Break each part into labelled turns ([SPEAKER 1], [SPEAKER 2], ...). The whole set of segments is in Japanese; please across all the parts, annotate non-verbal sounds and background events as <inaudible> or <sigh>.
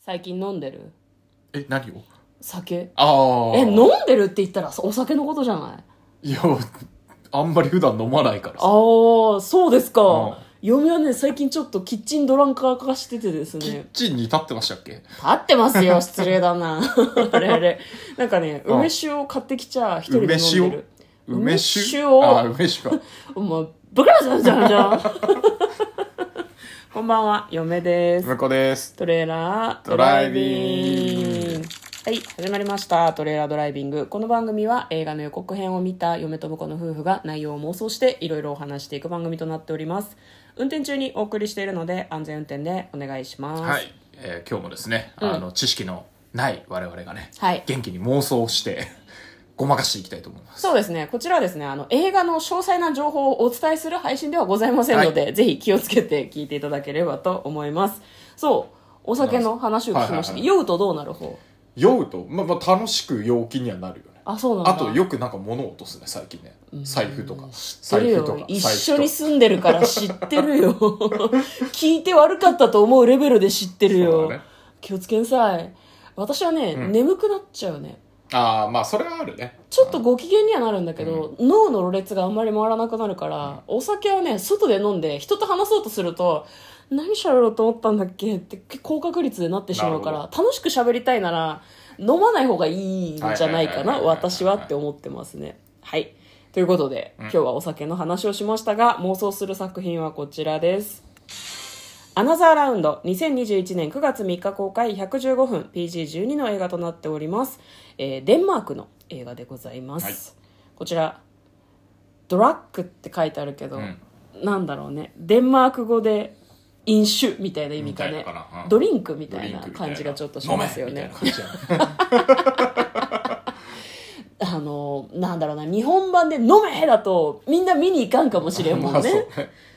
[SPEAKER 1] 最近飲んでる
[SPEAKER 2] え何を
[SPEAKER 1] 酒
[SPEAKER 2] ああ
[SPEAKER 1] え飲んでるって言ったらお酒のことじゃない
[SPEAKER 2] いやあんまり普段飲まないからさ
[SPEAKER 1] ああそうですか、
[SPEAKER 2] うん
[SPEAKER 1] 嫁はね最近ちょっとキッチンドランカー化しててです
[SPEAKER 2] キッ
[SPEAKER 1] ね
[SPEAKER 2] チンに立ってましたっけ
[SPEAKER 1] 立ってます <laughs> よ失礼だなあれあれなんかね
[SPEAKER 2] うん
[SPEAKER 1] 梅酒を買ってきちゃ一人で飲んでる
[SPEAKER 2] 梅酒
[SPEAKER 1] 梅酒を
[SPEAKER 2] あー梅酒か
[SPEAKER 1] <laughs> お前バカじゃんじゃんじゃん <laughs> こんばんは嫁です
[SPEAKER 2] 梅子です
[SPEAKER 1] トレーラード
[SPEAKER 2] ドライビング
[SPEAKER 1] はい始まりましたトレーラードライビングこの番組は映画の予告編を見た嫁と婿の夫婦が内容を妄想していろいろお話していく番組となっております運転中にお送りしているので安全運転でお願いします
[SPEAKER 2] はい、えー今日もですね、あの知識のない我々がね、
[SPEAKER 1] はい
[SPEAKER 2] 元気に妄想してごまかしていきたいと思います
[SPEAKER 1] そうですね。こちらはですね、あの、映画の詳細な情報をお伝えする配信ではございませんので、ぜひ気をつけて聞いていただければと思います。そう、お酒の話を聞きました。
[SPEAKER 2] はいはいはい
[SPEAKER 1] 酔うとどうなる方
[SPEAKER 2] 酔うと、まあまあ、楽しく陽気にはなるよね
[SPEAKER 1] あ、そうなんだ。
[SPEAKER 2] あとよくなんか物を落とすね最近ね財布とか
[SPEAKER 1] 知ってる
[SPEAKER 2] 財布と
[SPEAKER 1] よ
[SPEAKER 2] か。
[SPEAKER 1] 一
[SPEAKER 2] 財
[SPEAKER 1] 緒
[SPEAKER 2] 布
[SPEAKER 1] に
[SPEAKER 2] と
[SPEAKER 1] 住んでるから知ってるよ。 <laughs> 聞いて悪かったと思うレベルで知ってる
[SPEAKER 2] そ
[SPEAKER 1] よ。
[SPEAKER 2] うだね
[SPEAKER 1] 気をつけんさい。私はね、眠くなっちゃうね。
[SPEAKER 2] ああまあそれはあるね
[SPEAKER 1] ちょっとご機嫌にはなるんだけど、脳のろれつがあんまり回らなくなるから、お酒はね、外で飲んで、人と話そうとすると、何しゃべろうと思ったんだっけって高確率でなってしまうから、
[SPEAKER 2] なる
[SPEAKER 1] 楽しく喋りたいなら、飲まない方がいいんじゃないかな、
[SPEAKER 2] はいはいはいはいはいはい
[SPEAKER 1] 私はって思ってますね。はい。ということで、今日はお酒の話をしましたが、妄想する作品はこちらです。アナザーラウンド2021年9月3日公開115分 PG12 の映画となっております、えーデンマークの映画でございます、
[SPEAKER 2] はい
[SPEAKER 1] こちらドラッグって書いてあるけど、
[SPEAKER 2] うん
[SPEAKER 1] なんだろうねデンマーク語で飲酒みたいな意味か
[SPEAKER 2] みた
[SPEAKER 1] ね
[SPEAKER 2] いなかなうん
[SPEAKER 1] ドリンクみ
[SPEAKER 2] ド
[SPEAKER 1] たい
[SPEAKER 2] リン
[SPEAKER 1] な
[SPEAKER 2] クみたい
[SPEAKER 1] 感
[SPEAKER 2] な
[SPEAKER 1] じがちょっとしますよね
[SPEAKER 2] 飲めみたいな感
[SPEAKER 1] <laughs>
[SPEAKER 2] じだね
[SPEAKER 1] あのなんだろうな日本版で「飲め!」だとみんな見に行かんかもしれんもん
[SPEAKER 2] <laughs> まあ
[SPEAKER 1] ね
[SPEAKER 2] そうね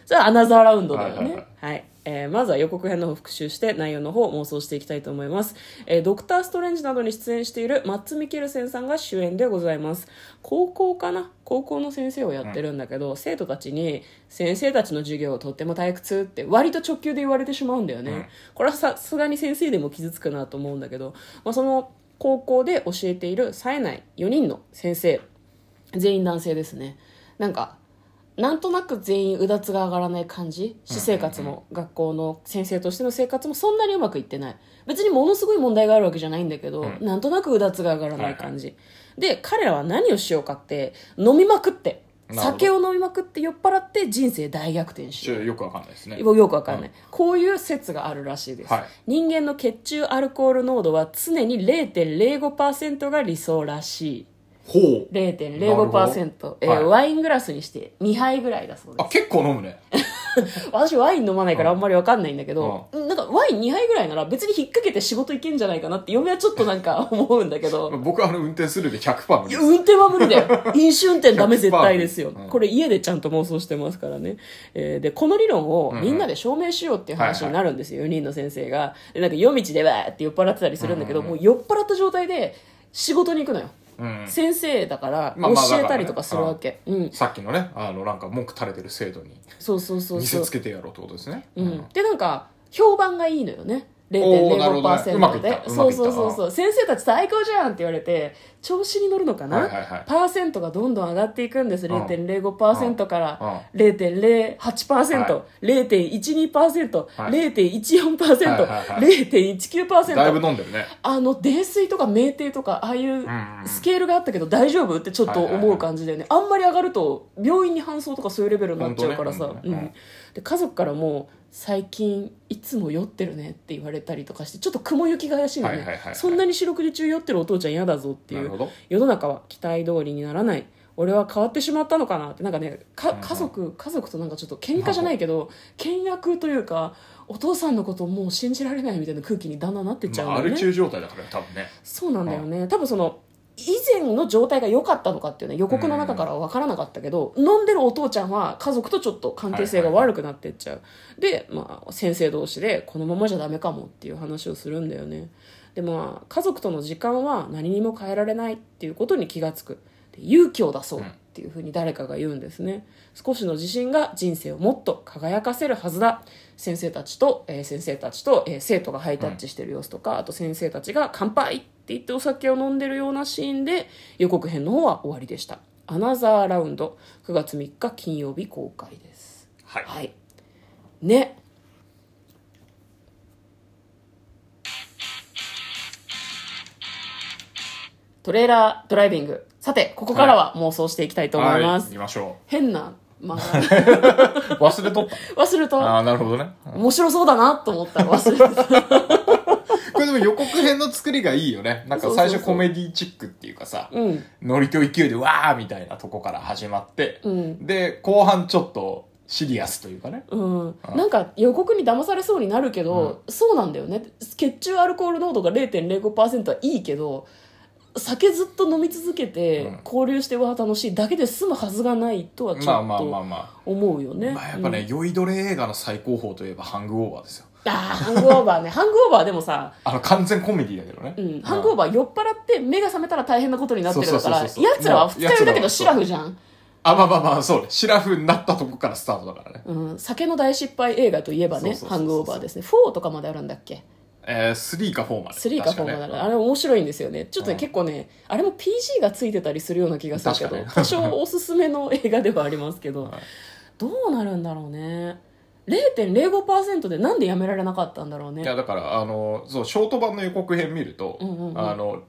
[SPEAKER 1] それはアナザーラウンドだよね。は
[SPEAKER 2] はいいはいはい
[SPEAKER 1] えーまずは予告編の方を復習して内容の方を妄想していきたいと思います、えードクター・ストレンジなどに出演しているマッツ・ミケルセンさんが主演でございます高校かな高校の先生をやってるんだけど、生徒たちに先生たちの授業をとっても退屈って割と直球で言われてしまうんだよね、
[SPEAKER 2] うん
[SPEAKER 1] これはさすがに先生でも傷つくなと思うんだけど、まあ、その高校で教えている冴えない4人の先生全員男性ですねなんかなんとなく全員うだつが上がらない感じ私生活も学校の先生としての生活もそんなにうまくいってない別にものすごい問題があるわけじゃないんだけど、
[SPEAKER 2] うん
[SPEAKER 1] なんとなくうだつが上がらない感じ、で彼らは何をしようかって飲みまくって
[SPEAKER 2] なるほど
[SPEAKER 1] 酒を飲みまくって酔っ払って人生大逆転し
[SPEAKER 2] ち
[SPEAKER 1] よう
[SPEAKER 2] ょよくわかんないですね
[SPEAKER 1] 僕よくわかんない、
[SPEAKER 2] う
[SPEAKER 1] こういう説があるらしいです、
[SPEAKER 2] はい
[SPEAKER 1] 人間の血中アルコール濃度は常に0.05%が理想らし
[SPEAKER 2] ほう
[SPEAKER 1] い0.05%、えー
[SPEAKER 2] なるほどはい
[SPEAKER 1] ワイングラスにして2杯ぐらいだそうで
[SPEAKER 2] あ結構飲むね
[SPEAKER 1] す私ワイン飲まないからあんまりわかんないんだけど、なんかワイン2杯ぐらいなら別に引っ掛けて仕事行けんじゃないかなって嫁はちょっとなんか思うんだけど
[SPEAKER 2] 僕あの運転するで100%無
[SPEAKER 1] い
[SPEAKER 2] 理
[SPEAKER 1] や
[SPEAKER 2] です
[SPEAKER 1] 運転は無理だ
[SPEAKER 2] <laughs>
[SPEAKER 1] よ飲酒運転ダメ絶対ですよ、
[SPEAKER 2] うん
[SPEAKER 1] これ家でちゃんと妄想してますからね、えーでこの理論を
[SPEAKER 2] んうん
[SPEAKER 1] みんなで証明しようっていう話になるんですよ、4人の先生がでなんか夜道でわーって酔っ払ってたりするんだけど、
[SPEAKER 2] うんうん
[SPEAKER 1] もう酔っ払った状態で仕事に行くのよ、
[SPEAKER 2] うん
[SPEAKER 1] 先生だから
[SPEAKER 2] まあまあ
[SPEAKER 1] 教えたりとかするわけ、うん
[SPEAKER 2] さっきのねあのなんか文句垂れてる生徒に
[SPEAKER 1] そうそうそう
[SPEAKER 2] 見
[SPEAKER 1] そ
[SPEAKER 2] せ
[SPEAKER 1] う
[SPEAKER 2] つけてやろうってことですね
[SPEAKER 1] うん、でなんか評判がいいのよね
[SPEAKER 2] おーなるほどねうまくいったうま
[SPEAKER 1] 0.05%で
[SPEAKER 2] くいった
[SPEAKER 1] そうそうそうそう先生たち最高じゃんって言われて調子に乗るのかな、
[SPEAKER 2] はいはいはい
[SPEAKER 1] パーセントがどんどん上がっていくんです
[SPEAKER 2] ん
[SPEAKER 1] 0.05%から0.08%0.12%0.14%0.19%、
[SPEAKER 2] ははいはいはいだいぶ
[SPEAKER 1] 0.19%
[SPEAKER 2] 飲んでるね
[SPEAKER 1] あの泥酔とか酩酊とかああいう
[SPEAKER 2] うんうん
[SPEAKER 1] スケールがあったけど大丈夫ってちょっと思う感じだよね、あんまり上がると病院に搬送とかそういうレベルになっちゃうからさ、
[SPEAKER 2] 本当
[SPEAKER 1] う
[SPEAKER 2] ね
[SPEAKER 1] ん、で家族からも最近いつも酔ってるねって言われたりとかしてちょっと雲行きが怪しいのね、
[SPEAKER 2] はいはいはいはい
[SPEAKER 1] そんなに四六時中酔ってるお父ちゃん嫌だぞって
[SPEAKER 2] ないる
[SPEAKER 1] う
[SPEAKER 2] ほど
[SPEAKER 1] 世の中は期待通りにならない俺は変わってしまったのかなってなんかねか家族家族となんかちょっと喧嘩じゃないけど倹約というかお父さんのこともう信じられないみたいな空気にだんだんなってっちゃう
[SPEAKER 2] まあ
[SPEAKER 1] の
[SPEAKER 2] アル
[SPEAKER 1] ね
[SPEAKER 2] 中状態だからね多分ね
[SPEAKER 1] そうなんだよね多分その以前の状態が良かったのかっていうのは予告の中からは分からなかったけど、飲んでるお父ちゃんは家族とちょっと関係性が悪くなってっちゃう、で、まあ、先生同士でこのままじゃダメかもっていう話をするんだよねでまあ家族との時間は何にも変えられないっていうことに気がつくで勇気を出そうっっていうふうに誰かが言うんですね少しの自信が人生をもっと輝かせるはずだ先生たちと、えー先生たちと、えー生徒がハイタッチしてる様子とか、あと先生たちが「乾杯!」って言ってお酒を飲んでるようなシーンで予告編の方は終わりでした「アナザーラウンド」9月3日金曜日公開です
[SPEAKER 3] はい
[SPEAKER 1] はいねトレーラードライビングさてここからは妄想していきたいと思います、
[SPEAKER 3] はい、見ましょ
[SPEAKER 1] 変な、まあ、
[SPEAKER 3] う。忘れとっ
[SPEAKER 1] 忘れ
[SPEAKER 3] た。
[SPEAKER 1] <laughs>
[SPEAKER 3] あ
[SPEAKER 1] た
[SPEAKER 3] あー、なるほどね。
[SPEAKER 1] 面白そうだなと思ったら忘れ
[SPEAKER 3] <laughs>
[SPEAKER 1] てた
[SPEAKER 3] これでも予告編の作りがいい
[SPEAKER 1] <laughs>
[SPEAKER 3] よね。なんか最初コメディチックっていうかさ、
[SPEAKER 1] うん
[SPEAKER 3] ノリと勢いでわーみたいなとこから始まって、
[SPEAKER 1] うん
[SPEAKER 3] で、後半ちょっとシリアスというかね。
[SPEAKER 1] うん
[SPEAKER 3] あ、
[SPEAKER 1] なんか予告に騙されそうになるけど、そうなんだよね血中アルコール濃度が0.05%はいいけど酒ずっと飲み続けて、
[SPEAKER 3] うん
[SPEAKER 1] 交流しては楽しいだけで済むはずがないとはちょ
[SPEAKER 3] まあま
[SPEAKER 1] っ
[SPEAKER 3] あまあ
[SPEAKER 1] と
[SPEAKER 3] ま
[SPEAKER 1] 思うよね、
[SPEAKER 3] あ。まあやっぱ
[SPEAKER 1] う
[SPEAKER 3] ね
[SPEAKER 1] ん、
[SPEAKER 3] 酔いどれ映画の最高峰といえばハングオーバーですよ。
[SPEAKER 1] あーハングオーバ
[SPEAKER 3] <laughs>
[SPEAKER 1] ーねハングオーバーでもさ、
[SPEAKER 3] あの、完全コメディだけどね。
[SPEAKER 1] うん、ハングオー
[SPEAKER 3] バー。
[SPEAKER 1] バー酔っ払って目が覚めたら大変なことになってるだから
[SPEAKER 3] そう
[SPEAKER 1] や
[SPEAKER 3] そうそうそう
[SPEAKER 1] つらは二日酔いだけ
[SPEAKER 3] まあ
[SPEAKER 1] どシラフじゃん、
[SPEAKER 3] あ、まあまあまあ、そうね。シラフになったとこからスタートだからね。
[SPEAKER 1] うん、酒の大失敗映画といえばね
[SPEAKER 3] そうそうそうそう
[SPEAKER 1] ハングオーバーですね4とかまであるんだっけ
[SPEAKER 3] えー、3か4まで。
[SPEAKER 1] 3か4まであ
[SPEAKER 3] 確
[SPEAKER 1] る、
[SPEAKER 3] ね
[SPEAKER 1] あれ面白いんですよねちょっとね、
[SPEAKER 3] うん
[SPEAKER 1] 結構ねあれも PG がついてたりするような気がするけど、
[SPEAKER 3] 確か
[SPEAKER 1] 多
[SPEAKER 3] に
[SPEAKER 1] 少おすすめの映画ではありますけど、
[SPEAKER 3] はい
[SPEAKER 1] どうなるんだろうね0.05%でなんでやめられなかったんだろう
[SPEAKER 3] い
[SPEAKER 1] ね
[SPEAKER 3] やだからあのそうショート版の予告編見ると、
[SPEAKER 1] うんうんうん
[SPEAKER 3] あの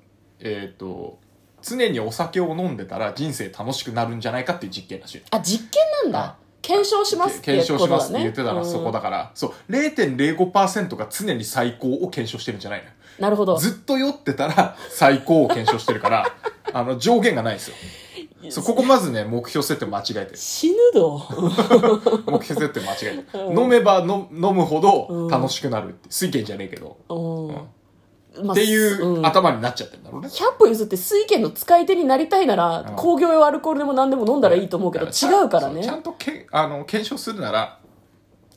[SPEAKER 3] えっ、と常にお酒を飲んでたら人生楽しくなるんじゃないかっていう実験らしい
[SPEAKER 1] あ実験なんだ検証しますっていう
[SPEAKER 3] 検証
[SPEAKER 1] こ
[SPEAKER 3] し
[SPEAKER 1] と
[SPEAKER 3] ま
[SPEAKER 1] だ
[SPEAKER 3] すって
[SPEAKER 1] ね
[SPEAKER 3] 言ってたのはそこだ
[SPEAKER 1] うん
[SPEAKER 3] から、そう0.05%が常に最高を検証してるんじゃない
[SPEAKER 1] なるほ
[SPEAKER 3] の
[SPEAKER 1] ど
[SPEAKER 3] ずっと酔ってたら最高を検証してるから
[SPEAKER 1] <laughs>
[SPEAKER 3] あの上限がないですよそうここまずね目標設定間違えてる
[SPEAKER 1] 死ぬど
[SPEAKER 3] 目標設定間違えてる、
[SPEAKER 1] うん
[SPEAKER 3] 飲めばの飲むほ
[SPEAKER 1] う
[SPEAKER 3] ど
[SPEAKER 1] ん
[SPEAKER 3] 楽しくなるって水拳じゃねえけど、
[SPEAKER 1] うんまあ
[SPEAKER 3] っていううん頭になっちゃってるんだろうね、
[SPEAKER 1] 100歩譲って水拳の使い手になりたいなら、
[SPEAKER 3] うん
[SPEAKER 1] 工業用アルコールでも何でも飲んだらいいと思うけど、
[SPEAKER 3] だか
[SPEAKER 1] 違うから
[SPEAKER 3] そうちゃ
[SPEAKER 1] ね
[SPEAKER 3] んとけあの検証するなら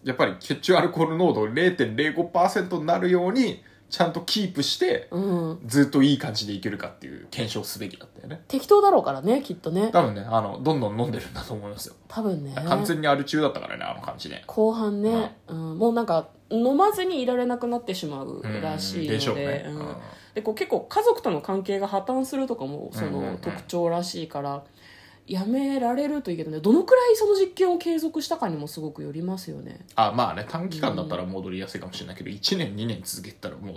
[SPEAKER 3] やっぱり血中アルコール濃度を0.05%になるようにちゃんとキープして
[SPEAKER 1] うん
[SPEAKER 3] ずっといい感じでいけるかっていう検証すべきだったよね
[SPEAKER 1] 適当だろうからねきっとね
[SPEAKER 3] 多分ねあのどんどん飲んでるんだと思いますよ、
[SPEAKER 1] 多分ね
[SPEAKER 3] 完全にアル中だったからねあの感じね
[SPEAKER 1] 後半ね、うん、もうなんか飲まずにいられなくなってしまうらしいので,、
[SPEAKER 3] でしょうね、
[SPEAKER 1] うん
[SPEAKER 3] うん
[SPEAKER 1] でこう結構家族との関係が破綻するとかもそ
[SPEAKER 3] うんうんうん
[SPEAKER 1] の特徴らしいから、やめられるといいけどねどのくらいその実験を継続したかにもすごくよりますよね
[SPEAKER 3] あまあね短期間だったら戻りやすいかもしれないけど、1年2年続けたらもう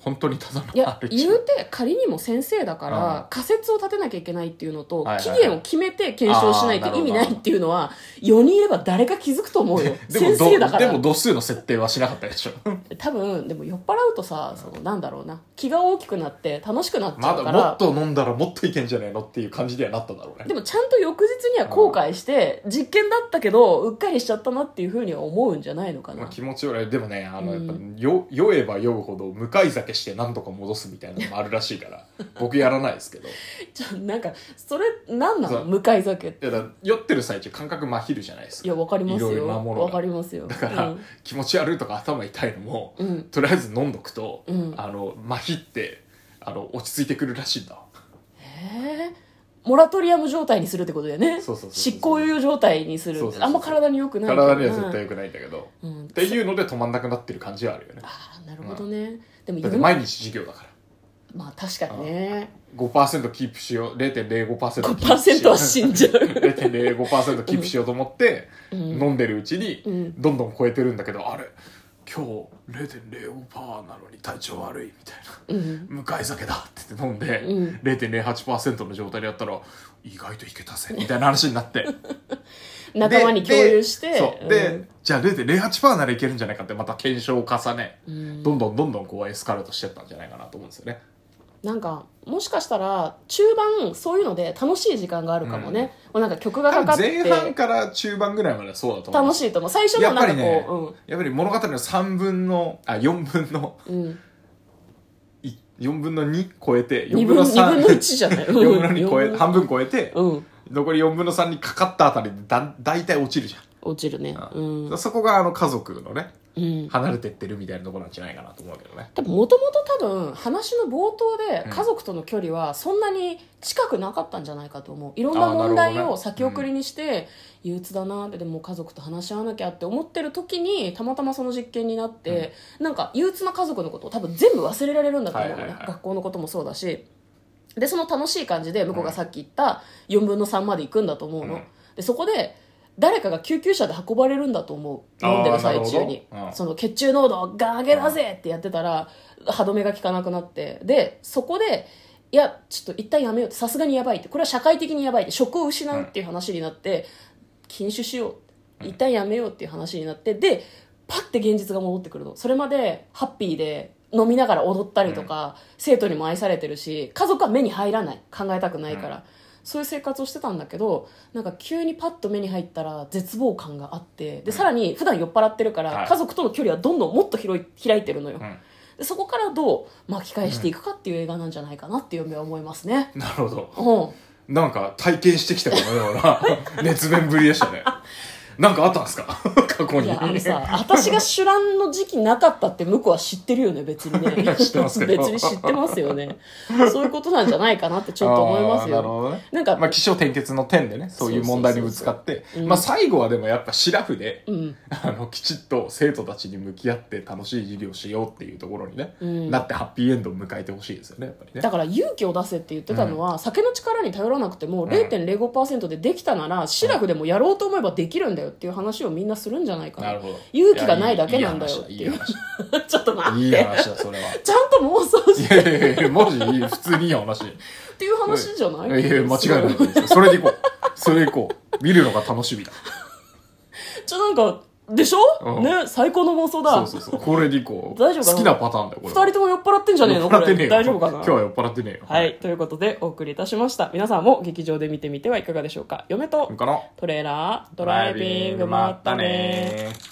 [SPEAKER 3] 本当にただの
[SPEAKER 1] いや
[SPEAKER 3] アル
[SPEAKER 1] 言う
[SPEAKER 3] 中
[SPEAKER 1] て仮にも先生だか
[SPEAKER 3] うん
[SPEAKER 1] ら仮説を立てなきゃいけないっていうのと
[SPEAKER 3] はいはい
[SPEAKER 1] 期
[SPEAKER 3] はい
[SPEAKER 1] 限を決めて検証しない
[SPEAKER 3] あー
[SPEAKER 1] と
[SPEAKER 3] なる
[SPEAKER 1] 意
[SPEAKER 3] ほど
[SPEAKER 1] 味ないっていうのは4人いれば誰か気づくと思うよ
[SPEAKER 3] <laughs> でも
[SPEAKER 1] 先
[SPEAKER 3] ど
[SPEAKER 1] 生だか
[SPEAKER 3] で
[SPEAKER 1] ら
[SPEAKER 3] も度数の設定はしなかったでし
[SPEAKER 1] <laughs>
[SPEAKER 3] ょ
[SPEAKER 1] 多分でも酔っ払うとさそのなんだろうな気が大きくなって楽しくなっち
[SPEAKER 3] ま
[SPEAKER 1] ゃう
[SPEAKER 3] だ
[SPEAKER 1] か
[SPEAKER 3] もっ
[SPEAKER 1] ら
[SPEAKER 3] と飲んだらもっといけんじゃねえのっていう感じにはなっただろうね
[SPEAKER 1] でもちゃんと翌日には後悔して実験だったけどうっかりしちゃったなっていうふうには思うんじゃないのか
[SPEAKER 3] まあ、
[SPEAKER 1] な
[SPEAKER 3] 気持ちよいでもねあのや
[SPEAKER 1] う
[SPEAKER 3] っ
[SPEAKER 1] ん
[SPEAKER 3] ぱ、よ酔えば酔うほど向かい酒してなんとか戻すみたいなのもあるらしいから
[SPEAKER 1] <laughs>
[SPEAKER 3] 僕やらないですけどい
[SPEAKER 1] ちょなんかそれ何な
[SPEAKER 3] そう
[SPEAKER 1] の向かい酒って
[SPEAKER 3] やだから酔ってる最中感覚真昼じゃないです
[SPEAKER 1] い
[SPEAKER 3] か
[SPEAKER 1] やわかります
[SPEAKER 3] いろい
[SPEAKER 1] よ
[SPEAKER 3] ろなものが
[SPEAKER 1] わかりますよ
[SPEAKER 3] だから、気持ち悪いとか頭痛いのも、
[SPEAKER 1] うん、うん
[SPEAKER 3] とりあえず飲んどくと、
[SPEAKER 1] うん
[SPEAKER 3] あの麻痺ってあの落ち着いてくるらしいんだわ
[SPEAKER 1] えーモラトリアム状態にするってことだよね
[SPEAKER 3] そうそうそうそう
[SPEAKER 1] 執行猶予状態にする
[SPEAKER 3] そうそうそうそう
[SPEAKER 1] あんま体に良くないけど
[SPEAKER 3] 体には絶対良くないんだけど、
[SPEAKER 1] うん
[SPEAKER 3] っていうので止まんなくなってる感じはあるよね
[SPEAKER 1] あーなるほどね、でも
[SPEAKER 3] だ
[SPEAKER 1] 世の
[SPEAKER 3] って
[SPEAKER 1] 中
[SPEAKER 3] 毎日授業だから
[SPEAKER 1] まあ確かにね
[SPEAKER 3] 5%キープしよう0.05%
[SPEAKER 1] 5%は死んじゃ
[SPEAKER 3] <laughs>
[SPEAKER 1] う
[SPEAKER 3] 0.05%キープしようと思って、
[SPEAKER 1] うん
[SPEAKER 3] 飲んでるうちに
[SPEAKER 1] うん
[SPEAKER 3] どんどん超えてるんだけど、あれ今日0.05%なのに体調悪いみたいな
[SPEAKER 1] うん
[SPEAKER 3] 向かい酒だって言って飲んで、
[SPEAKER 1] うん
[SPEAKER 3] 0.08%の状態でやったら意外といけたぜみたいな話になって
[SPEAKER 1] 仲間に共有し
[SPEAKER 3] で
[SPEAKER 1] て
[SPEAKER 3] そうでじゃあ0.08%ならいけるんじゃないかってまた検証を重ね、
[SPEAKER 1] うん
[SPEAKER 3] どんどんどんどんこうエスカレートしてったんじゃないかなと思うんですよね
[SPEAKER 1] なんかもしかしたら中盤そういうので楽しい時間があるかもね、もうなんか曲が
[SPEAKER 3] 多
[SPEAKER 1] かか
[SPEAKER 3] 分
[SPEAKER 1] って
[SPEAKER 3] 前半から中盤ぐらいまではそうだと思うん
[SPEAKER 1] 楽
[SPEAKER 3] です
[SPEAKER 1] しいと思う最初
[SPEAKER 3] や
[SPEAKER 1] の
[SPEAKER 3] っ
[SPEAKER 1] な
[SPEAKER 3] ぱ
[SPEAKER 1] んか
[SPEAKER 3] り
[SPEAKER 1] こう、
[SPEAKER 3] ねやっぱり物語の3分のあ4分の
[SPEAKER 1] うんうん
[SPEAKER 3] い4分の2超えて
[SPEAKER 1] 2
[SPEAKER 3] 4分
[SPEAKER 1] 分
[SPEAKER 3] の
[SPEAKER 1] 二分の1
[SPEAKER 3] 3
[SPEAKER 1] じゃない
[SPEAKER 3] 4分の2超え半分超えて、
[SPEAKER 1] うん
[SPEAKER 3] 残り4分の3にかかったあたりでだ大体落ちるじゃん
[SPEAKER 1] 落ちるね、うん
[SPEAKER 3] そこがあの家族のね
[SPEAKER 1] うん
[SPEAKER 3] 離れてってるみたいなとこなんじゃないかなと思うけどね。
[SPEAKER 1] 多分もともと多分話の冒頭で家族との距離はそんなに近くなかったんじゃないかと思ういろんな問
[SPEAKER 3] あーなる
[SPEAKER 1] 題
[SPEAKER 3] ほどね
[SPEAKER 1] を先送りにして憂鬱だなってでも家族と話し合わなきゃって思ってる時にたまたまその実験になって、なんか憂鬱な家族のことを多分全部忘れられるんだと思うのね、
[SPEAKER 3] はいはいはい
[SPEAKER 1] 学校のこともそうだしでその楽しい感じで向こうがさっき言った4分の3まで行くんだと思うの、
[SPEAKER 3] うん
[SPEAKER 1] でそこで誰かが救急車で運ばれるんだと思う飲んでる最中に
[SPEAKER 3] あーなるほどうん
[SPEAKER 1] その血中濃度ガーゲだぜってやってたら歯止めが効かなくなってでそこでいやちょっと一旦やめようってさすがにやばいってこれは社会的にやばいって職を失うっていう話になって禁酒しよう一旦やめようっていう話になってでパッて現実が戻ってくるのそれまでハッピーで飲みながら踊ったりとか、生徒にも愛されてるし家族は目に入らない考えたくないから、そういう生活をしてたんだけどなんか急にパッと目に入ったら絶望感があってでさらに普段酔っ払ってるから、
[SPEAKER 3] はい
[SPEAKER 1] 家族との距離はどんどんもっと広い開いてるのよ、
[SPEAKER 3] うん
[SPEAKER 1] でそこからどう巻き返していくかっていう映画なんじゃないかなっていう嫁は思いますね、
[SPEAKER 3] なるほど。
[SPEAKER 1] うん、
[SPEAKER 3] なんか体験してきたかのような
[SPEAKER 1] <laughs>
[SPEAKER 3] 熱弁ぶりでしたね。なんかあったんですか過去
[SPEAKER 1] い
[SPEAKER 3] に。
[SPEAKER 1] やあのさ私が酒乱の時期なかったって向こうは知ってるよね別にね
[SPEAKER 3] <laughs> 知ってますけど
[SPEAKER 1] 別に知ってますよねそういうことなんじゃないかなってちょっと思います
[SPEAKER 3] あーなるほ
[SPEAKER 1] よ
[SPEAKER 3] どね。
[SPEAKER 1] なんか、
[SPEAKER 3] まあ、起承転結の点でね、そういう問題にぶつかって、まあ、最後はでもやっぱシラフで、
[SPEAKER 1] うん
[SPEAKER 3] あの、きちっと生徒たちに向き合って楽しい授業をしようっていうところにね、
[SPEAKER 1] うん
[SPEAKER 3] なってハッピーエンドを迎えてほしいですよね、やっぱりね
[SPEAKER 1] だ。から勇気を出せって言ってたのは、酒の力に頼らなくても0.05%でできたなら、シラフでもやろうと思えばできるんだよっていう話をみんなするんじゃないか
[SPEAKER 3] な
[SPEAKER 1] な
[SPEAKER 3] るほど。
[SPEAKER 1] 勇気がないだけなんだよって
[SPEAKER 3] い
[SPEAKER 1] い
[SPEAKER 3] やいうい
[SPEAKER 1] <laughs>
[SPEAKER 3] 話、
[SPEAKER 1] ちょっと待っ
[SPEAKER 3] いい話、いい
[SPEAKER 1] て
[SPEAKER 3] 話だ、それは。
[SPEAKER 1] ちゃんと妄想
[SPEAKER 3] い
[SPEAKER 1] し
[SPEAKER 3] やいやいや、マジいい、普通にいい
[SPEAKER 1] っ
[SPEAKER 3] 話。
[SPEAKER 1] ていう話じゃない
[SPEAKER 3] いやいや、間違いないですよ。それでいこう。それでいこう。見るのが楽しみだ。
[SPEAKER 1] <laughs> ちょなんかでしょ、
[SPEAKER 3] うん
[SPEAKER 1] ね最高の妄想だ
[SPEAKER 3] そうそうそう。これでいこう。
[SPEAKER 1] 大丈夫かな
[SPEAKER 3] 好きなパターンだよ、これ
[SPEAKER 1] 二
[SPEAKER 3] は。
[SPEAKER 1] 人とも酔っ払ってんじゃねえの
[SPEAKER 3] 酔
[SPEAKER 1] こ
[SPEAKER 3] っ払ってねえ
[SPEAKER 1] れ
[SPEAKER 3] よ。
[SPEAKER 1] 大丈夫かな
[SPEAKER 3] 今日は酔っ払ってねえよ。
[SPEAKER 1] はい、。ということでお送りいたしました。皆さんも劇場で見てみてはいかがでしょうか。嫁と
[SPEAKER 3] これかな
[SPEAKER 1] トレーラー、ドライビング、まったね
[SPEAKER 3] まったねー